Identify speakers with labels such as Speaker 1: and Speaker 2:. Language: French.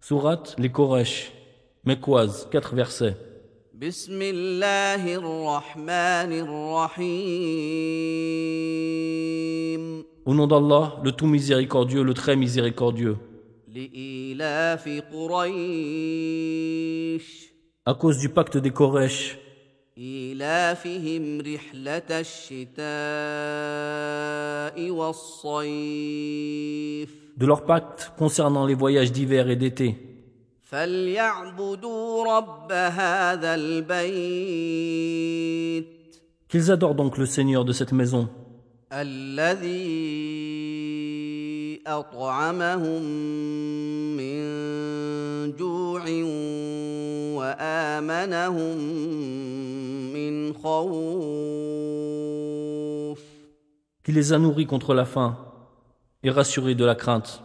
Speaker 1: Sourate les Quraysh, Mekwaz, 4 versets.
Speaker 2: بسم الله الرحمن الرحيم
Speaker 1: Au nom d'Allah, le tout miséricordieux, le très miséricordieux,
Speaker 2: لإيلاف قريش
Speaker 1: à cause du pacte des Quraysh,
Speaker 2: إيلافهم رحلة الشتاء والصيف
Speaker 1: de leur pacte concernant les voyages d'hiver et d'été,
Speaker 2: فليعبدوا رب هذا البيت
Speaker 1: qu'ils adorent donc le Seigneur de cette maison,
Speaker 2: الذي أطعمهم من جوع وآمنهم من خوف
Speaker 1: qui les a nourris contre la faim et rassurés de la crainte.